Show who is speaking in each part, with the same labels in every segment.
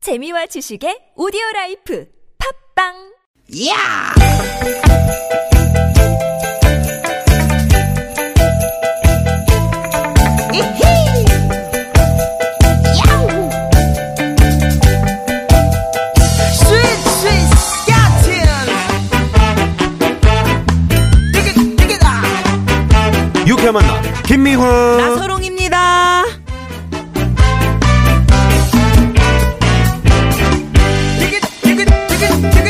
Speaker 1: 재미와 지식의 오디오 라이프 팝빵!
Speaker 2: 야! 이히! 야우! 스윗 스윗 야틴! 띠깃 띠깃아!
Speaker 3: 유쾌한 만남 김미화
Speaker 2: 나서롱입니다. 띠깃 띠깃 띠깃 띠깃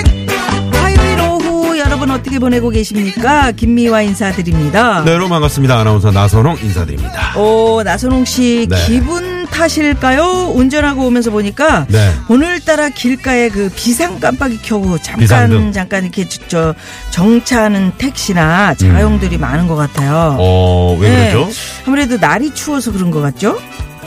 Speaker 4: 화요일 오후 여러분 어떻게 보내고 계십니까? 김미화 인사드립니다.
Speaker 3: 네 여러분 반갑습니다 아나운서 나선홍 인사드립니다
Speaker 4: 오 나선홍 씨
Speaker 3: 네.
Speaker 4: 기분 탓일까요? 운전하고 오면서 보니까
Speaker 3: 네.
Speaker 4: 오늘따라 길가에 그 비상 깜빡이 켜고 잠깐
Speaker 3: 비상등.
Speaker 4: 잠깐 이렇게 저- 저 정차하는 택시나 자영들이 많은 것 같아요.
Speaker 3: 음. 어왜
Speaker 4: 네.
Speaker 3: 그러죠?
Speaker 4: 아무래도 날이 추워서 그런 것 같죠?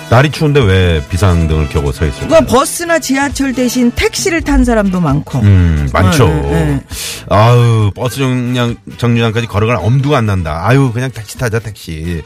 Speaker 3: 날이 추운데 왜 비상등을 켜고 서 있어요?
Speaker 4: 그러니까 버스나 지하철 대신 택시를 탄 사람도 많고.
Speaker 3: 음 많죠
Speaker 4: 네, 네.
Speaker 3: 아유 버스 정류장, 정류장까지 걸어갈 엄두가 안 난다 아유 그냥 택시 타자 택시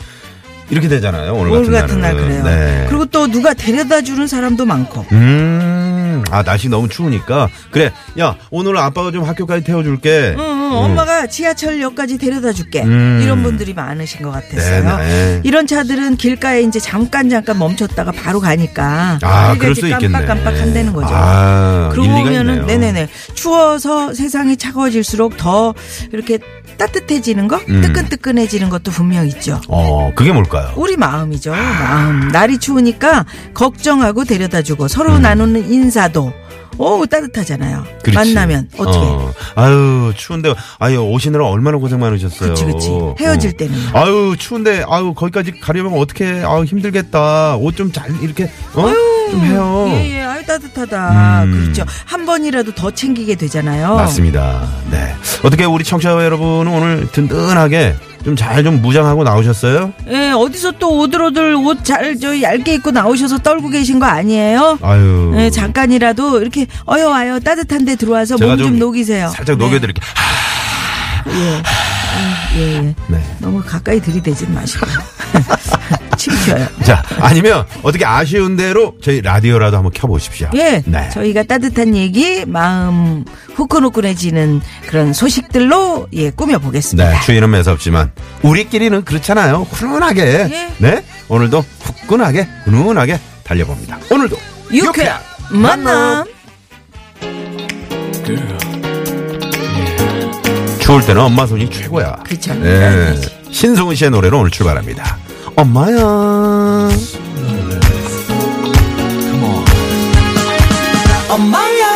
Speaker 3: 이렇게 되잖아요 오늘,
Speaker 4: 오늘 같은 날
Speaker 3: 날은.
Speaker 4: 그래요.
Speaker 3: 네.
Speaker 4: 그리고 또 누가 데려다 주는 사람도 많고.
Speaker 3: 음, 아, 날씨 너무 추우니까. 그래, 야, 오늘 아빠가 좀 학교까지 태워줄게.
Speaker 4: 응, 응, 음, 엄마가 지하철역까지 데려다 줄게.
Speaker 3: 음.
Speaker 4: 이런 분들이 많으신 것 같았어요.
Speaker 3: 네네.
Speaker 4: 이런 차들은 길가에 이제 잠깐 잠깐 멈췄다가 바로 가니까
Speaker 3: 아,
Speaker 4: 우리가
Speaker 3: 그럴
Speaker 4: 이제
Speaker 3: 수 있겠네.
Speaker 4: 깜빡깜빡 한다는 거죠.
Speaker 3: 아,
Speaker 4: 그러고
Speaker 3: 일리가
Speaker 4: 보면은
Speaker 3: 있네요.
Speaker 4: 네네네 추워서 세상이 차가워질수록 더 이렇게 따뜻해지는 거,
Speaker 3: 음.
Speaker 4: 뜨끈뜨끈해지는 것도 분명 있죠.
Speaker 3: 어, 그게 뭘까요?
Speaker 4: 우리
Speaker 3: 아.
Speaker 4: 마음이죠. 마음. 날이 추우니까 걱정하고 데려다주고 서로 나누는 인사도 오 따뜻하잖아요.
Speaker 3: 음. 그렇지.
Speaker 4: 만나면 어떻게?
Speaker 3: 어. 아유 추운데 아유 오시느라 얼마나 고생 많으셨어요.
Speaker 4: 그치 그치 헤어질 때는.
Speaker 3: 어. 아유 추운데 아유 거기까지 가려면 어떻게 아유 힘들겠다. 옷 좀 잘 이렇게 어? 좀 해요.
Speaker 4: 예, 예, 아유, 따뜻하다.
Speaker 3: 음.
Speaker 4: 그렇죠. 한 번이라도 더 챙기게 되잖아요.
Speaker 3: 맞습니다. 네. 어떻게 우리 청취자 여러분은 오늘 든든하게 좀 잘 좀 무장하고 나오셨어요?
Speaker 4: 예, 어디서 또 오들오들 옷 잘, 저, 얇게 입고 나오셔서 떨고 계신 거 아니에요?
Speaker 3: 아유.
Speaker 4: 예, 잠깐이라도 이렇게 어여와요. 따뜻한데 들어와서 몸
Speaker 3: 음. 제가
Speaker 4: 좀 녹이세요.
Speaker 3: 살짝
Speaker 4: 네,
Speaker 3: 녹여드릴게요.
Speaker 4: 예, 예.
Speaker 3: 네.
Speaker 4: 너무 가까이 들이대진 마시고. 침 튀어요.
Speaker 3: 자, 아니면 어떻게 아쉬운 대로 저희 라디오라도 한번 켜보십시오.
Speaker 4: 예,
Speaker 3: 네.
Speaker 4: 저희가 따뜻한 얘기, 마음 후끈후끈해지는 그런 소식들로 예 꾸며 보겠습니다.
Speaker 3: 네, 추위는 매섭지만 우리끼리는 그렇잖아요. 훈훈하게.
Speaker 4: 예.
Speaker 3: 네, 오늘도 후끈하게 훈훈하게 달려봅니다. 오늘도
Speaker 4: 유쾌한 만남.
Speaker 3: 추울 때는 엄마 손이 최고야.
Speaker 4: 그쵸.
Speaker 3: 네. 신승훈 씨의 노래로 오늘 출발합니다. 엄마야.
Speaker 2: 엄마야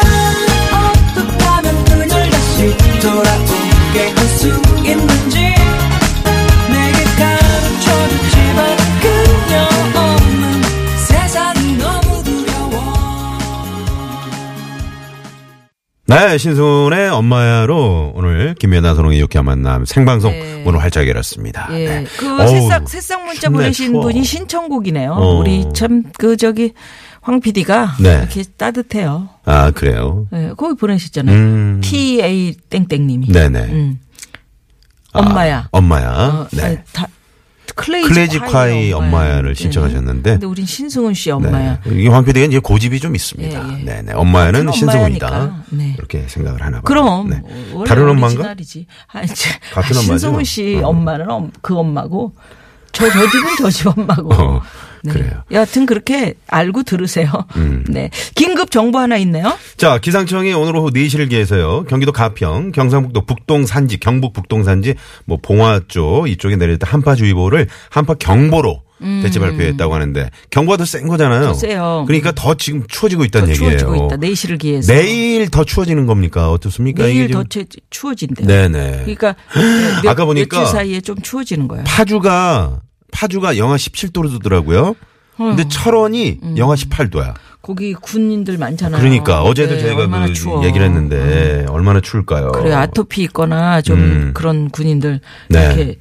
Speaker 2: 어떡하면 그날 다시 돌아오게 할 수 있는지 내게 가르쳐줬지만 그녀 없는 세상이 너무 두려워
Speaker 3: 네, 신승훈의 엄마야로 오늘 김연아 선홍의 유쾌한 만남 생방송
Speaker 4: 네.
Speaker 3: 오늘 활짝 열었습니다.
Speaker 4: 예.
Speaker 3: 네.
Speaker 4: 그
Speaker 3: 어우,
Speaker 4: 새싹 새싹 문자
Speaker 3: 춥네,
Speaker 4: 보내신
Speaker 3: 추워.
Speaker 4: 분이 신청곡이네요.
Speaker 3: 어.
Speaker 4: 우리 참 그 저기 황 PD가
Speaker 3: 네.
Speaker 4: 이렇게 따뜻해요.
Speaker 3: 아, 그래요?
Speaker 4: 예, 거기 보내셨잖아요.
Speaker 3: 음.
Speaker 4: TA 땡땡님이.
Speaker 3: 네네.
Speaker 4: 음.
Speaker 3: 아,
Speaker 4: 엄마야.
Speaker 3: 엄마야.
Speaker 4: 어, 아니,
Speaker 3: 네.
Speaker 4: 다- 클레이지,
Speaker 3: 클레이지
Speaker 4: 콰이의
Speaker 3: 콰이 엄마야를
Speaker 4: 예.
Speaker 3: 신청하셨는데.
Speaker 4: 근데 우린 신승훈 씨 엄마야.
Speaker 3: 네. 이게 황 PD가 이제 고집이 좀 있습니다.
Speaker 4: 예, 예.
Speaker 3: 네네. 엄마는
Speaker 4: 같은
Speaker 3: 신승훈이다.
Speaker 4: 엄마야니까. 네.
Speaker 3: 이렇게 생각을 하나 봐요.
Speaker 4: 그럼 뭐,
Speaker 3: 네.
Speaker 4: 원래
Speaker 3: 다른 엄마인가?
Speaker 4: 오리지널이지. 아니, 저,
Speaker 3: 같은
Speaker 4: 아,
Speaker 3: 엄마죠.
Speaker 4: 신승훈 씨
Speaker 3: 어.
Speaker 4: 엄마는 엄- 그 엄마고 저 저 집은 저 집 엄마고. 네.
Speaker 3: 어, 그래요. 음.
Speaker 4: 여하튼 그렇게 알고 들으세요. 네. 긴급 정보 하나 있네요.
Speaker 3: 자, 기상청이 오늘 오후 4시를 기해서요. 경기도 가평, 경상북도 북동 산지, 경북 북동 산지, 뭐 봉화 쪽 이쪽에 내렸다 한파주의보를 한파 경보로 대체 발표했다고 하는데 경보가 더 센 거잖아요.
Speaker 4: 음. 더 세요.
Speaker 3: 그러니까 더 지금 추워지고
Speaker 4: 더
Speaker 3: 있다는 얘기예요.
Speaker 4: 추워지고 있다. 네. 내일을 기해서.
Speaker 3: 내일 더 추워지는 겁니까? 어떻습니까?
Speaker 4: 내일
Speaker 3: 이게
Speaker 4: 더
Speaker 3: 지금-
Speaker 4: 추- 추워진대요.
Speaker 3: 네네.
Speaker 4: 그러니까 몇,
Speaker 3: 아까 보니까
Speaker 4: 며칠 사이에 좀 추워지는 거예요.
Speaker 3: 파주가 파주가 영하 17도로 두더라고요. 근데 철원이 영하 18도야.
Speaker 4: 거기 군인들 음. 많잖아요.
Speaker 3: 그러니까 어제도
Speaker 4: 네,
Speaker 3: 저희가
Speaker 4: 얼마나
Speaker 3: 그
Speaker 4: 추워. 음.
Speaker 3: 얘기를 했는데 얼마나 추울까요?
Speaker 4: 그래 아토피 있거나 좀
Speaker 3: 어. 음.
Speaker 4: 그런 군인들
Speaker 3: 네.
Speaker 4: 이렇게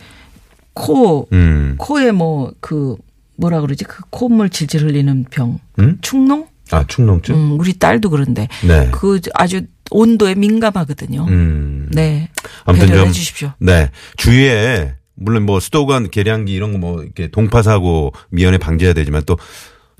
Speaker 4: 코
Speaker 3: 음.
Speaker 4: 코에 뭐 그 뭐라 그러지 그 콧물 질질 흘리는 병
Speaker 3: 음?
Speaker 4: 축농
Speaker 3: 아, 충농증?
Speaker 4: 음, 우리 딸도 그런데
Speaker 3: 네.
Speaker 4: 그 아주 온도에 민감하거든요.
Speaker 3: 음.
Speaker 4: 네
Speaker 3: 아무튼
Speaker 4: 배려해
Speaker 3: 좀-
Speaker 4: 주십시오.
Speaker 3: 네. 주위에 물론 뭐 수도관 계량기 이런 거 뭐 이렇게 동파사고 미연에 방지해야 되지만 또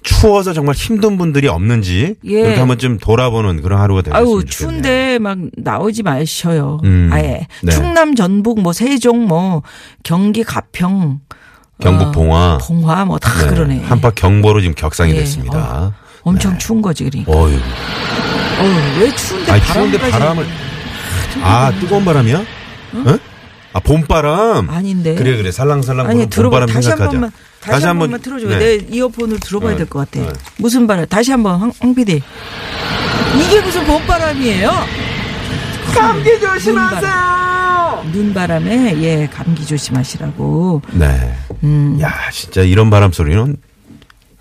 Speaker 3: 추워서 정말 힘든 분들이 없는지
Speaker 4: 예.
Speaker 3: 이렇게 한번 좀 돌아보는 그런 하루가 되겠습니다.
Speaker 4: 아유 추운데 막 나오지 마셔요.
Speaker 3: 음,
Speaker 4: 아예
Speaker 3: 네.
Speaker 4: 충남 전북 뭐 세종 뭐 경기 가평 어,
Speaker 3: 경북 봉화.
Speaker 4: 봉화 뭐 다 그러네.
Speaker 3: 한파 경보로 지금 격상이
Speaker 4: 예,
Speaker 3: 됐습니다.
Speaker 4: 엄청 추운 거지 그러니까.
Speaker 3: 어. 휴
Speaker 4: 어우, 왜 추운데
Speaker 3: 아
Speaker 4: 바람
Speaker 3: 추운데 바람을 아 뜨거운 바람이야? 응? 아 봄바람.
Speaker 4: 아닌데.
Speaker 3: 그래 그래 살랑살랑
Speaker 4: 아니
Speaker 3: 부는
Speaker 4: 들어봐
Speaker 3: 봄바람
Speaker 4: 다시 한
Speaker 3: 생각하자.
Speaker 4: 번만 다시, 한 번만 틀어줘요.
Speaker 3: 네.
Speaker 4: 내 이어폰을 들어봐야
Speaker 3: 네.
Speaker 4: 될 것 같아.
Speaker 3: 네.
Speaker 4: 무슨 바람? 다시 한번 황, 황 PD. 이게 무슨 봄바람이에요? 감기
Speaker 2: 음.
Speaker 4: 조심하세요. 눈바람에 예 감기 조심하시라고.
Speaker 3: 네.
Speaker 4: 음.
Speaker 3: 야 진짜 이런 바람 소리는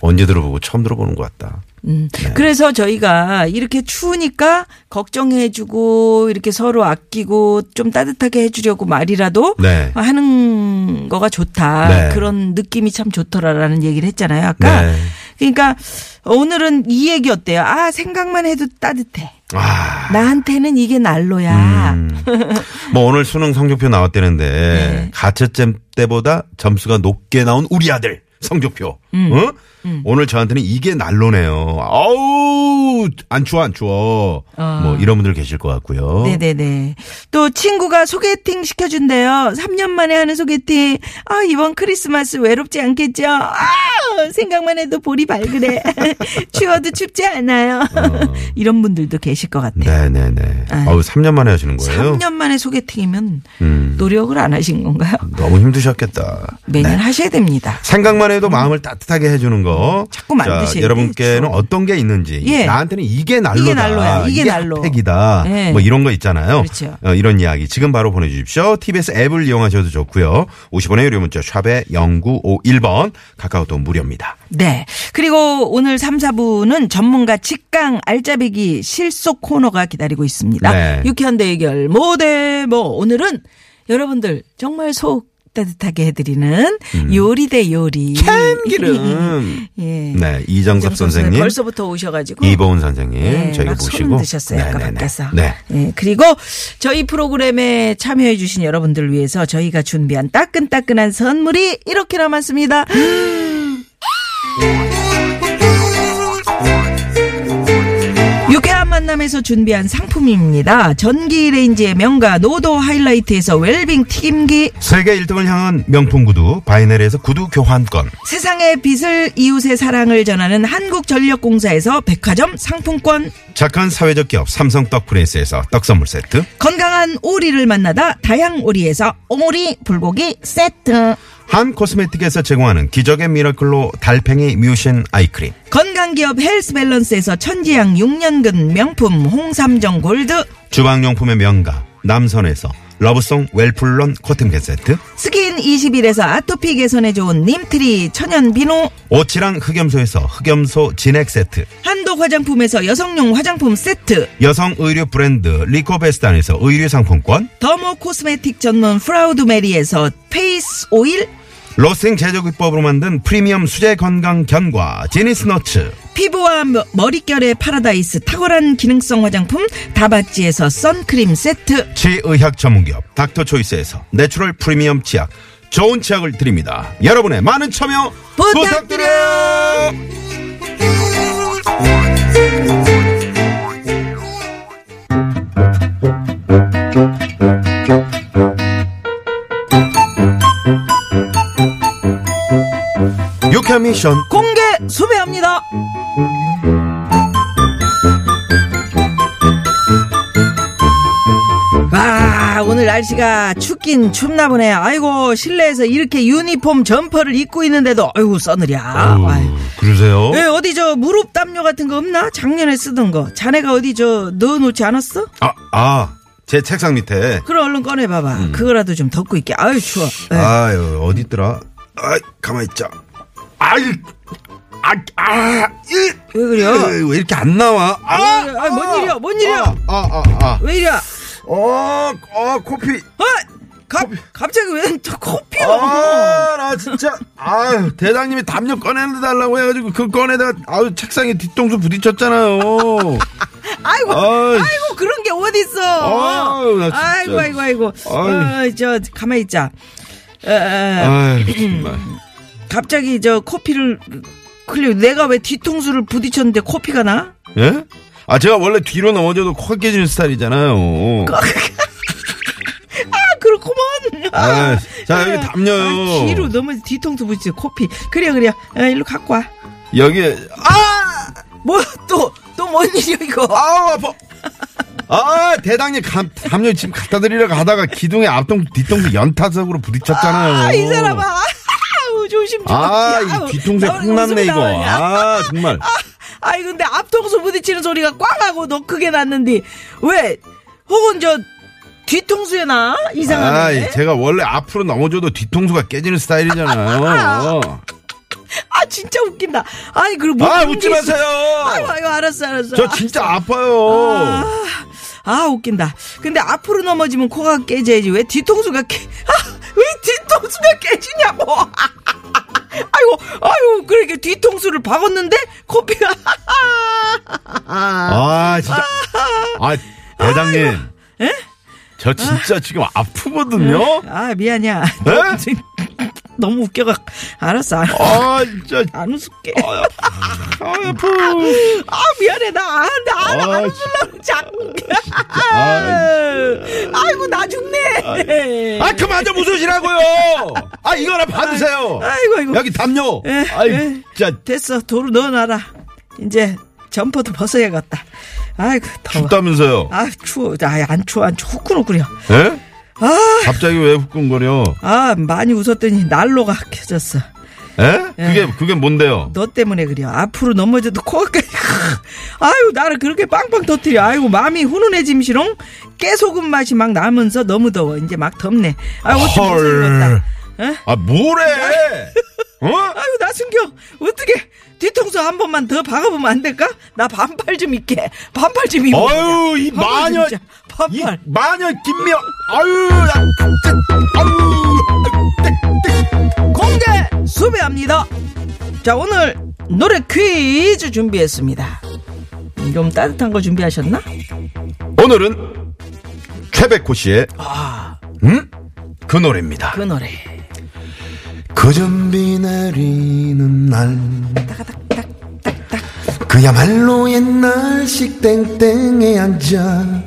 Speaker 3: 언제 들어보고 처음 들어보는 것 같다.
Speaker 4: 음.
Speaker 3: 네.
Speaker 4: 그래서 저희가 이렇게 추우니까 걱정해주고 이렇게 서로 아끼고 좀 따뜻하게 해주려고 말이라도
Speaker 3: 네.
Speaker 4: 하는 거가 좋다
Speaker 3: 네.
Speaker 4: 그런 느낌이 참 좋더라라는 얘기를 했잖아요 아까
Speaker 3: 네.
Speaker 4: 그러니까 오늘은 이 얘기 어때요 아 생각만 해도 따뜻해
Speaker 3: 아.
Speaker 4: 나한테는 이게 난로야
Speaker 3: 뭐 오늘 수능 성적표 나왔다는데
Speaker 4: 네.
Speaker 3: 가채점 때보다 점수가 높게 나온 우리 아들 성적표.
Speaker 4: 음.
Speaker 3: 어? 오늘 저한테는 이게 난로네요. 아우 안 추워 안 추워. 뭐 이런 분들 계실 것 같고요.
Speaker 4: 어. 네네네. 또 친구가 소개팅 시켜준대요. 3년 만에 하는 소개팅. 아, 이번 크리스마스 외롭지 않겠죠? 아, 생각만 해도 볼이 발그래. 추워도 춥지 않아요. 이런 분들도 계실 것 같아요.
Speaker 3: 어. 네, 네, 네. 아우 3년 만에 하시는 거예요?
Speaker 4: 3년 만에 소개팅이면
Speaker 3: 음.
Speaker 4: 노력을 안 하신 건가요?
Speaker 3: 너무 힘드셨겠다. 네.
Speaker 4: 매년 하셔야 됩니다.
Speaker 3: 생각만 해도 마음을 따뜻하게 해주는 거.
Speaker 4: 자꾸 만드시는데
Speaker 3: 여러분께는
Speaker 4: 좀.
Speaker 3: 어떤 게 있는지.
Speaker 4: 예.
Speaker 3: 나한테는 이게 난로다.
Speaker 4: 이게 난로야. 이게 난로.
Speaker 3: 핫팩이다.
Speaker 4: 예.
Speaker 3: 뭐 이런 거 있잖아요.
Speaker 4: 그렇죠.
Speaker 3: 어, 이런 이야기 지금 바로 보내주십시오. TBS 앱을 이용하셔도 좋고요. 50원의 유료 문자 샵에 0951번 카카오톡 무료입니다.
Speaker 4: 네. 그리고 오늘 3, 4부는 전문가 직강 알짜배기 실속 코너가 기다리고 있습니다.
Speaker 3: 네.
Speaker 4: 유쾌한 대결 모대 뭐 오늘은 여러분들 정말 속 따뜻하게 해드리는
Speaker 3: 음.
Speaker 4: 요리 대 요리.
Speaker 3: 참기름.
Speaker 4: 예.
Speaker 3: 네. 이정섭
Speaker 4: 이정섭 선생님
Speaker 3: 선생님.
Speaker 4: 벌써부터 오셔가지고.
Speaker 3: 이보은 선생님
Speaker 4: 예,
Speaker 3: 저희가
Speaker 4: 막 소름
Speaker 3: 모시고
Speaker 4: 드셨어요. 아까
Speaker 3: 네네네.
Speaker 4: 밖에서.
Speaker 3: 네.
Speaker 4: 예, 그리고 저희 프로그램에 참여해 주신 여러분들 위해서 저희가 준비한 따끈따끈한 선물이 이렇게 남았습니다. 유쾌한 만남에서 준비한 상품입니다. 전기레인지의 명가 노도 하이라이트에서 웰빙 튀김기
Speaker 3: 세계 1등을 향한 명품 구두 바이넬에서 구두 교환권.
Speaker 4: 세상의 빛을 이웃의 사랑을 전하는 한국전력공사에서 백화점 상품권
Speaker 3: 착한 사회적 기업 삼성 떡 프린스에서 떡 선물 세트.
Speaker 4: 건강한 오리를 만나다 다양오리에서 오리 불고기 세트
Speaker 3: 한 코스메틱에서 제공하는 기적의 미라클로 달팽이 뮤신 아이크림
Speaker 4: 건강기업 헬스밸런스에서 천지향 6년근 명품 홍삼정 골드
Speaker 3: 주방용품의 명가 남선에서 러브송 웰플론 코팅팬 세트
Speaker 4: 스킨 21에서 아토피 개선에 좋은 님트리 천연 비누
Speaker 3: 오치랑 흑염소에서 흑염소 진액 세트
Speaker 4: 한독 화장품에서 여성용 화장품 세트
Speaker 3: 여성 의류 브랜드 리코베스탄에서 의류 상품권
Speaker 4: 더모 코스메틱 전문 프라우드 메리에서 페이스 오일
Speaker 3: 로스팅 제조 기법으로 만든 프리미엄 수제 건강 견과 제니스 너츠
Speaker 4: 피부와 머- 머릿결의 파라다이스 탁월한 기능성 화장품 다바찌에서 선크림 세트
Speaker 3: 치의학 전문기업 닥터초이스에서 내추럴 프리미엄 치약 좋은 치약을 드립니다 여러분의 많은 참여 부탁드려요 유쾌한 미션
Speaker 4: 공개 수배합니다. 와 아, 오늘 날씨가 춥긴 춥나 보네. 아이고 실내에서 이렇게 유니폼 점퍼를 입고 있는데도 아이고 써느랴. 아이고.
Speaker 3: 그러세요?
Speaker 4: 예, 어디 저 무릎 담요 같은 거 없나? 작년에 쓰던 거. 자네가 어디 저 넣어놓지 않았어?
Speaker 3: 아, 아, 제 책상 밑에.
Speaker 4: 그럼 얼른 꺼내봐봐. 그거라도 좀 덮고 있게. 아유 추워. 예.
Speaker 3: 음. 아유, 어디 있더라? 아, 가만 있자. 아이, 아, 아, 이,
Speaker 4: 왜 그래요?
Speaker 3: 에이, 왜 이렇게 안 나와? 아,
Speaker 4: 아, 아, 뭔 일이야? 뭔 일이야?
Speaker 3: 아, 아, 아.
Speaker 4: 왜 이래?
Speaker 3: 어, 어, 코피.
Speaker 4: 어? 갑 갑자기 왜 또 커피가?
Speaker 3: 아, 나 진짜. 아유, 대장님이 담요 꺼내달라고 해가지고 그 꺼내다가, 아유, 책상에 뒤통수 부딪혔잖아요.
Speaker 4: 아이고,
Speaker 3: 아이.
Speaker 4: 아이고 그런 게 어디 있어?
Speaker 3: 아유, 나 진짜.
Speaker 4: 아이고, 아이고, 아이고.
Speaker 3: 아유. 아!
Speaker 4: 어, 저 가만히 있자. 에, 에,
Speaker 3: 아유, 정말.
Speaker 4: 갑자기 저 커피를 그래 내가 왜 뒤통수를 부딪혔는데 코피가 나?
Speaker 3: 예? 아, 제가 원래 뒤로 넘어져도 코가 깨지는 스타일이잖아요.
Speaker 4: 아 그렇구먼.
Speaker 3: 아, 자,
Speaker 4: 아,
Speaker 3: 여기 담요.
Speaker 4: 아, 뒤로 넘어 뒤통수 부딪혀 코피. 그래 그래. 아, 일로 갖고 와.
Speaker 3: 여기,
Speaker 4: 아! 뭐 또 또 뭔 일이야 이거?
Speaker 3: 아우, 아파. 아, 대당님, 감, 담요 지금 갖다 드리려고 하다가 기둥에 앞동, 뒤통수 연타석으로 부딪혔잖아요.
Speaker 4: 아 이 사람아. 아우 조심 조심.
Speaker 3: 어. 아,
Speaker 4: 아우,
Speaker 3: 이 뒤통수에
Speaker 4: 나
Speaker 3: 콩 났네,
Speaker 4: 웃음
Speaker 3: 이거.
Speaker 4: 나오냐.
Speaker 3: 아, 정말.
Speaker 4: 아이 근데 앞통수 부딪히는 소리가 꽝 하고 너 크게 났는데 왜 혹은 저 뒤통수에 나
Speaker 3: 아,
Speaker 4: 이상한데 아,
Speaker 3: 제가 원래 앞으로 넘어져도 뒤통수가 깨지는 스타일이잖아요.
Speaker 4: 아, 진짜 웃긴다 아니 그리고 뭐
Speaker 3: 아,
Speaker 4: 웃긴
Speaker 3: 웃지
Speaker 4: 게 있어. 아유
Speaker 3: 마세요!
Speaker 4: 아유 알았어 알았어
Speaker 3: 저 진짜 아파요.
Speaker 4: 아, 아 웃긴다 근데 앞으로 넘어지면 코가 깨져야지 왜 뒤통수가 깨... 아, 왜 뒤통수가 깨지냐고 아이고 아이고 그렇게 뒤통수를 박았는데 코피가
Speaker 3: 아, 진짜. 아, 대장님. 저 진짜 지금 아프거든요?
Speaker 4: 아 미안이야
Speaker 3: 에?
Speaker 4: 너무 웃겨가 알았어 알았어
Speaker 3: 아, 진짜.
Speaker 4: 안 웃을게.
Speaker 3: 아, 아프.
Speaker 4: 아, 미안해. 나, 나, 안
Speaker 3: 아,
Speaker 4: 안
Speaker 3: 진짜.
Speaker 4: 웃으려고 자꾸.
Speaker 3: 아,
Speaker 4: 아이고, 나 죽네.
Speaker 3: 아, 그만 좀 웃으시라고요! 아, 이거 하나 받으세요!
Speaker 4: 아이고, 아이고.
Speaker 3: 여기 담요!
Speaker 4: 에,
Speaker 3: 아이,
Speaker 4: 에.
Speaker 3: 진짜.
Speaker 4: 됐어. 도로 넣어놔라. 이제 점퍼도 벗어야겠다. 아이고, 더워.
Speaker 3: 춥다면서요?
Speaker 4: 아, 추워. 아, 안 추워. 안 추워. 후끈후끈해요.
Speaker 3: 예?
Speaker 4: 아,
Speaker 3: 갑자기 왜 후끈거려?
Speaker 4: 아, 많이 웃었더니 난로가 켜졌어.
Speaker 3: 예?
Speaker 4: 예.
Speaker 3: 그게, 그게 뭔데요?
Speaker 4: 너 때문에 그래요. 앞으로 넘어져도 코가 깨. 아유, 나를 그렇게 빵빵 터뜨려. 아이고, 마음이 훈훈해짐시롱. 깨소금 맛이 막 나면서 너무 더워. 이제 막 덥네. 아유, 옷좀 벗어입었다. 에?
Speaker 3: 아, 뭐래! 어?
Speaker 4: 아유, 나 숨겨. 어떻게 뒤통수 한 번만 더 박아보면 안 될까? 나 반팔 좀 입게. 반팔 좀 입어.
Speaker 3: 아유, 이 마녀. 이
Speaker 4: 반팔.
Speaker 3: 마녀 김미영. 아유, 나 진짜. 아유.
Speaker 4: 공개 수배합니다. 자, 오늘 노래 퀴즈 준비했습니다. 좀 따뜻한 거 준비하셨나?
Speaker 3: 오늘은 최백호 씨의 음? 그 노래입니다.
Speaker 4: 그 노래.
Speaker 3: 그전비 내리는 날 그야말로 옛날식 땡땡에 앉아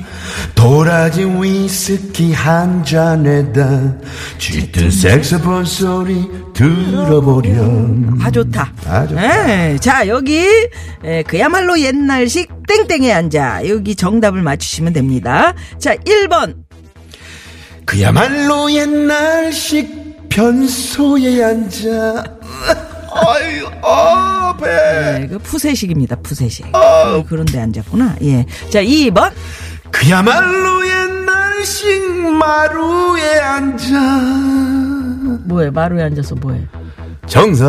Speaker 3: 도라지 위스키 한 잔에다 짙은 색소폰 소리 들어보렴
Speaker 4: 아 좋다.
Speaker 3: 아, 좋다.
Speaker 4: 예, 자 여기 예, 그야말로 옛날식 땡땡에 앉아 여기 정답을 맞추시면 됩니다. 자 1번
Speaker 3: 그야말로 옛날식 변소에 앉아 아유 아 배.
Speaker 4: 예, 그 푸세식입니다. 푸세식. 어, 그런데 앉았구나. 예. 자 2번
Speaker 3: 그야말로 옛날식 마루에 앉아
Speaker 4: 뭐해 마루에 앉아서 뭐해?
Speaker 3: 정상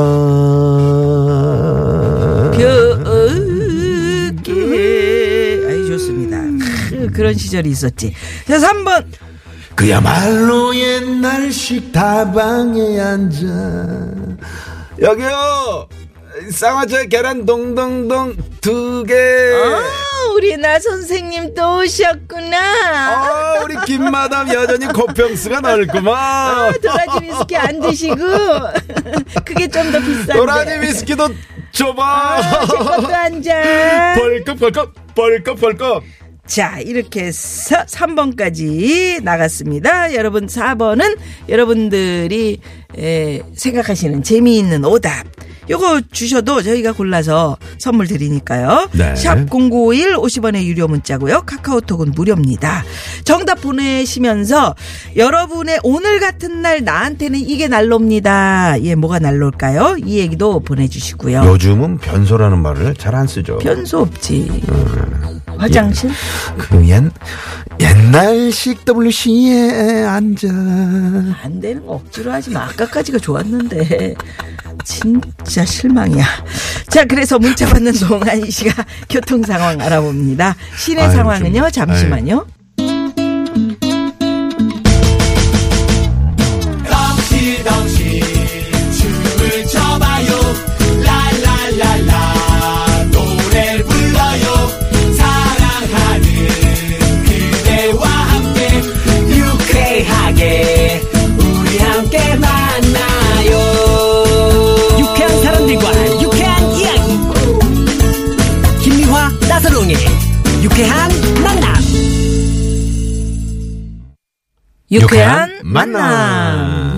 Speaker 4: 벼게. 아이 좋습니다. 크, 그런 시절이 있었지. 자 3번
Speaker 3: 예. 그야말로 옛날식 다방에 앉아 여기요 쌍화차 계란 동동동 두개
Speaker 4: 아, 우리 나 선생님 또 오셨구나.
Speaker 3: 아, 우리 김마담 여전히 고평수가 넓구만.
Speaker 4: 아, 도라지 위스키 안 드시고 그게 좀 더 비싼데. 아,
Speaker 3: 도라지 위스키도
Speaker 4: 제
Speaker 3: 줘봐.
Speaker 4: 것도 한 잔.
Speaker 3: 벌컥벌컥, 벌컥벌컥.
Speaker 4: 자, 이렇게 해서 3번까지 나갔습니다. 여러분, 4번은 여러분들이 에, 생각하시는 재미있는 오답. 요거 주셔도 저희가 골라서 선물 드리니까요.
Speaker 3: 네.
Speaker 4: 샵 0951 50원의 유료 문자고요. 카카오톡은 무료입니다. 정답 보내시면서 여러분의 오늘 같은 날 나한테는 이게 난로입니다. 예, 뭐가 난로일까요? 이 얘기도 보내주시고요.
Speaker 3: 요즘은 변소라는 말을 잘 안 쓰죠.
Speaker 4: 변수 없지. 화장실?
Speaker 3: 그 옛, 옛날식 WC에 앉아.
Speaker 4: 안 되는 거 억지로 하지 마. 아까까지가 좋았는데. 진짜 실망이야. 자, 그래서 문자 받는 동안 이 시각 교통 상황 알아봅니다. 시내
Speaker 3: 아유,
Speaker 4: 상황은요,
Speaker 3: 좀,
Speaker 4: 잠시만요.
Speaker 2: 덩실덩실 춤을 춰봐요 라라라라 노래 불러요 사랑하는 그대와 함께 유쾌하게 우리 함께 만나요 유쾌한 사람들과 유쾌한 이야기
Speaker 5: 유쾌한 만남.
Speaker 4: 유쾌한
Speaker 3: 유쾌한 만남.
Speaker 4: 만남.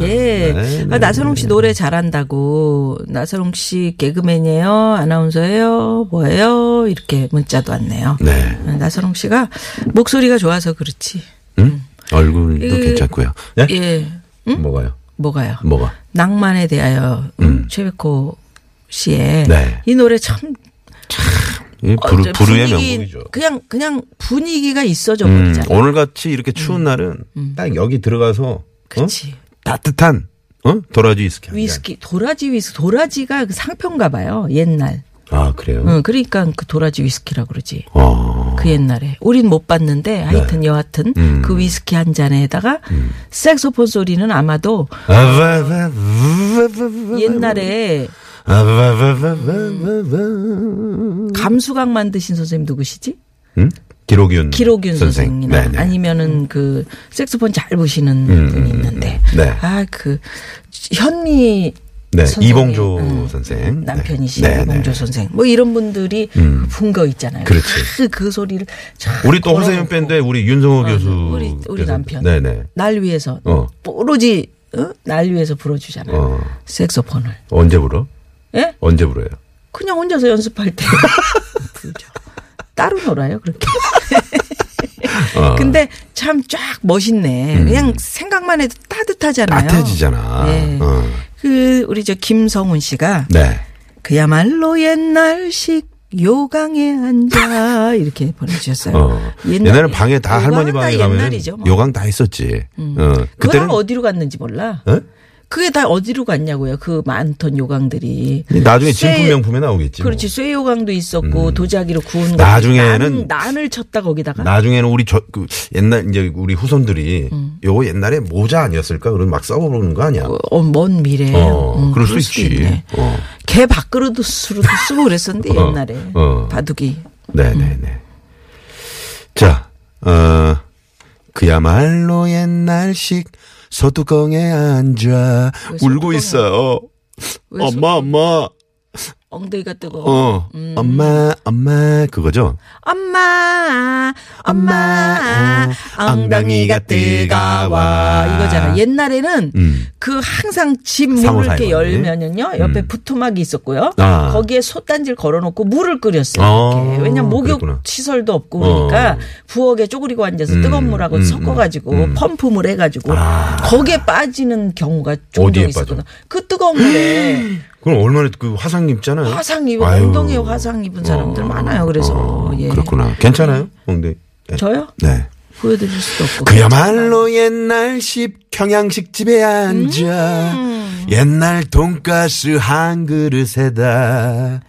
Speaker 3: 네,
Speaker 4: 예.
Speaker 3: 네,
Speaker 4: 아, 나선홍 씨 노래 잘한다고. 나선홍 씨 개그맨이에요? 아나운서예요? 뭐예요? 이렇게 문자도 왔네요.
Speaker 3: 네.
Speaker 4: 아, 나선홍 씨가 목소리가 좋아서 그렇지.
Speaker 3: 음? 얼굴도
Speaker 4: 그-
Speaker 3: 괜찮고요. 예?
Speaker 4: 예.
Speaker 3: 뭐가요?
Speaker 4: 뭐가요?
Speaker 3: 뭐가?
Speaker 4: 낭만에 대하여 음, 최백호 씨의
Speaker 3: 네.
Speaker 4: 이 노래 참
Speaker 3: 이 부르,
Speaker 4: 어째
Speaker 3: 부르의
Speaker 4: 분위기-
Speaker 3: 명곡이죠.
Speaker 4: 그냥 그냥 분위기가 있어져
Speaker 3: 음,
Speaker 4: 버리잖아요. 음.
Speaker 3: 오늘 같이 이렇게 추운 날은 딱 여기 들어가서 어?
Speaker 4: 그렇지.
Speaker 3: 따뜻한 어? 도라지 위스키. 한 잔.
Speaker 4: 위스키 도라지 위스 도라지가 그 상표인가 봐요. 옛날.
Speaker 3: 아 그래요.
Speaker 4: 응, 그러니까 그 도라지 위스키라 그러지.
Speaker 3: 어.
Speaker 4: 그 옛날에 우린 못 봤는데 하여튼 여하튼
Speaker 3: 네. 음.
Speaker 4: 그 위스키 한 잔에다가 색소폰 소리는 아마도 옛날에 감수각 만드신 선생님 누구시지?
Speaker 3: 음? 기록윤
Speaker 4: 기록윤
Speaker 3: 선생.
Speaker 4: 선생이나
Speaker 3: 네, 네.
Speaker 4: 아니면은 그 색소폰 잘 보시는 분이 있는데
Speaker 3: 네.
Speaker 4: 아 그 현미
Speaker 3: 네,
Speaker 4: 선생님,
Speaker 3: 이봉조
Speaker 4: 음,
Speaker 3: 선생.
Speaker 4: 남편이신
Speaker 3: 네, 네,
Speaker 4: 이봉조
Speaker 3: 네.
Speaker 4: 선생 뭐 이런 분들이 분 거 있잖아요.
Speaker 3: 그렇지.
Speaker 4: 아, 그 소리를 참
Speaker 3: 우리 또
Speaker 4: 걸어놓고
Speaker 3: 허세윤 밴드의 우리 윤성호
Speaker 4: 맞아.
Speaker 3: 교수.
Speaker 4: 우리 우리
Speaker 3: 교수.
Speaker 4: 남편
Speaker 3: 네네.
Speaker 4: 날 위해서
Speaker 3: 어.
Speaker 4: 오로지 어? 날 위해서 불어주잖아요.
Speaker 3: 어.
Speaker 4: 색소폰을
Speaker 3: 언제 불어?
Speaker 4: 예?
Speaker 3: 언제 불어요?
Speaker 4: 그냥 혼자서 연습할 때 부르죠. 따로 놀아요 그렇게.
Speaker 3: 어. 음.
Speaker 4: 근데 참 쫙 멋있네. 그냥 생각만 해도 따뜻하잖아요.
Speaker 3: 따뜻해지잖아.
Speaker 4: 예.
Speaker 3: 어.
Speaker 4: 그 우리 저 김성훈 씨가
Speaker 3: 네.
Speaker 4: 그야말로 옛날식 요강에 앉아 이렇게 보내주셨어요.
Speaker 3: 어.
Speaker 4: 옛날에.
Speaker 3: 옛날에 방에 다 할머니
Speaker 4: 요강
Speaker 3: 방에
Speaker 4: 다
Speaker 3: 가면
Speaker 4: 옛날이죠. 뭐. 음.
Speaker 3: 요강 다 있었지. 어.
Speaker 4: 그거는
Speaker 3: 그때는
Speaker 4: 어디로 갔는지 몰라.
Speaker 3: 어?
Speaker 4: 그게 다 어디로 갔냐고요. 그 많던 요강들이.
Speaker 3: 나중에
Speaker 4: 쇠-
Speaker 3: 진품 명품에 나오겠지. 뭐.
Speaker 4: 그렇지 쇠요강도 있었고 도자기로 구운 거.
Speaker 3: 음. 나중에는-
Speaker 4: 난, 난을 쳤다 거기다가.
Speaker 3: 나중에는 우리 저, 그 옛날 이제 우리 후손들이
Speaker 4: 음.
Speaker 3: 요거 옛날에 모자 아니었을까? 그럼 막 써보는 거 아니야?
Speaker 4: 어, 어, 먼 미래.
Speaker 3: 어,
Speaker 4: 음,
Speaker 3: 그럴 수 있지. 어.
Speaker 4: 개 밥그릇도 쓰로도 쓰고 그랬었는데
Speaker 3: 어,
Speaker 4: 옛날에
Speaker 3: 어.
Speaker 4: 바둑이.
Speaker 3: 네네네. 자, 어, 그야말로 옛날식 서두껑에 앉아 울고
Speaker 4: 서두껑에?
Speaker 3: 있어요.
Speaker 4: 왜 소-
Speaker 3: 엄마, 엄마,
Speaker 4: 엉덩이가 뜨거워.
Speaker 3: 어,
Speaker 4: 음.
Speaker 3: 엄마, 엄마, 그거죠?
Speaker 4: 엄마, 엄마,
Speaker 3: 엄마, 어. 엉덩이가
Speaker 4: 엉덩이가 뜨거워.
Speaker 3: 뜨거워.
Speaker 4: 이거잖아. 옛날에는
Speaker 3: 음.
Speaker 4: 그 항상 집 문을
Speaker 3: 사무사에
Speaker 4: 이렇게
Speaker 3: 거니?
Speaker 4: 열면은요, 옆에 부토막이 있었고요.
Speaker 3: 음. 아.
Speaker 4: 거기에 솥단지를 걸어놓고 물을 끓였어요.
Speaker 3: 어,
Speaker 4: 이렇게. 왜냐면 목욕
Speaker 3: 그랬구나.
Speaker 4: 시설도 없고
Speaker 3: 어.
Speaker 4: 그러니까 부엌에 쪼그리고 앉아서
Speaker 3: 음,
Speaker 4: 뜨거운 물하고
Speaker 3: 음,
Speaker 4: 섞어가지고
Speaker 3: 음.
Speaker 4: 펌프물 해가지고
Speaker 3: 아.
Speaker 4: 거기에 빠지는 경우가 종종
Speaker 3: 어디에
Speaker 4: 있었거든. 그 뜨거운 물에
Speaker 3: 그럼 얼마나 그 화상 입잖아요.
Speaker 4: 화상 입은
Speaker 3: 아유.
Speaker 4: 엉덩이에 화상 입은 사람들
Speaker 3: 어,
Speaker 4: 많아요. 그래서
Speaker 3: 어,
Speaker 4: 예.
Speaker 3: 그렇구나. 괜찮아요? 엉덩이. 네.
Speaker 4: 저요?
Speaker 3: 네.
Speaker 4: 보여드릴 수도 없고.
Speaker 3: 그야말로 옛날식 경양식 집에 앉아
Speaker 4: 음.
Speaker 3: 옛날 돈가스 한 그릇에다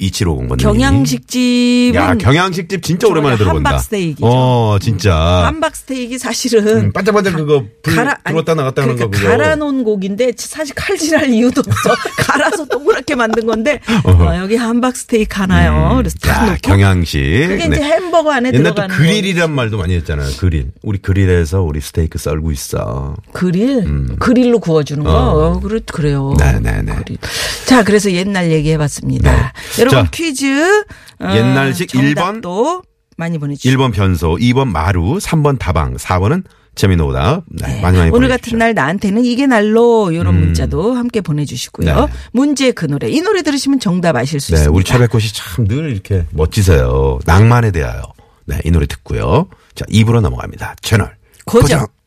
Speaker 3: 2750번님
Speaker 4: 경양식 집은
Speaker 3: 야 경양식 집 진짜
Speaker 4: 저기
Speaker 3: 오랜만에 들어본다
Speaker 4: 함박 스테이크죠. 음.
Speaker 3: 어 진짜
Speaker 4: 함박 스테이크 사실은
Speaker 3: 음, 반짝반짝 그거 불
Speaker 4: 아니,
Speaker 3: 들었다 나갔다 하는
Speaker 4: 그러니까
Speaker 3: 거 그거
Speaker 4: 갈아 놓은 고기인데 사실 칼질할 이유도 없어. 갈아서 동그랗게 만든 건데 어, 여기 함박 스테이크 하나요. 그래서 딱
Speaker 3: 음, 야,
Speaker 4: 놓고
Speaker 3: 경양식
Speaker 4: 그게
Speaker 3: 네.
Speaker 4: 이제 햄버거 안에
Speaker 3: 옛날 또
Speaker 4: 들어가는
Speaker 3: 그릴이란 말도 많이 했잖아요 그릴 우리 그릴에서 우리 스테이크 썰고 있어
Speaker 4: 거. 그릴 그릴로 구워주는 거. 어, 그래 그래요.
Speaker 3: 음. 네네네 네.
Speaker 4: 그릴. 자, 그래서 옛날 얘기해봤습니다. 여러분
Speaker 3: 자,
Speaker 4: 퀴즈 어,
Speaker 3: 옛날식
Speaker 4: 정답도 많이 보내주시고
Speaker 3: 1번 변소, 2번 마루, 3번 다방, 4번은 재미노 오답. 네, 많이 많이
Speaker 4: 오늘
Speaker 3: 보내주십시오. 음.
Speaker 4: 같은 날 나한테는 이게 날로 이런 문자도 함께 보내주시고요.
Speaker 3: 네.
Speaker 4: 문제 그 노래 이 노래 들으시면 정답 아실 수
Speaker 3: 네,
Speaker 4: 있습니다.
Speaker 3: 우리 최백호 씨참 늘 이렇게 멋지세요. 낭만에 대하여. 네, 이 노래 듣고요. 자, 2부로 넘어갑니다. 채널
Speaker 4: 고정.
Speaker 3: 고정.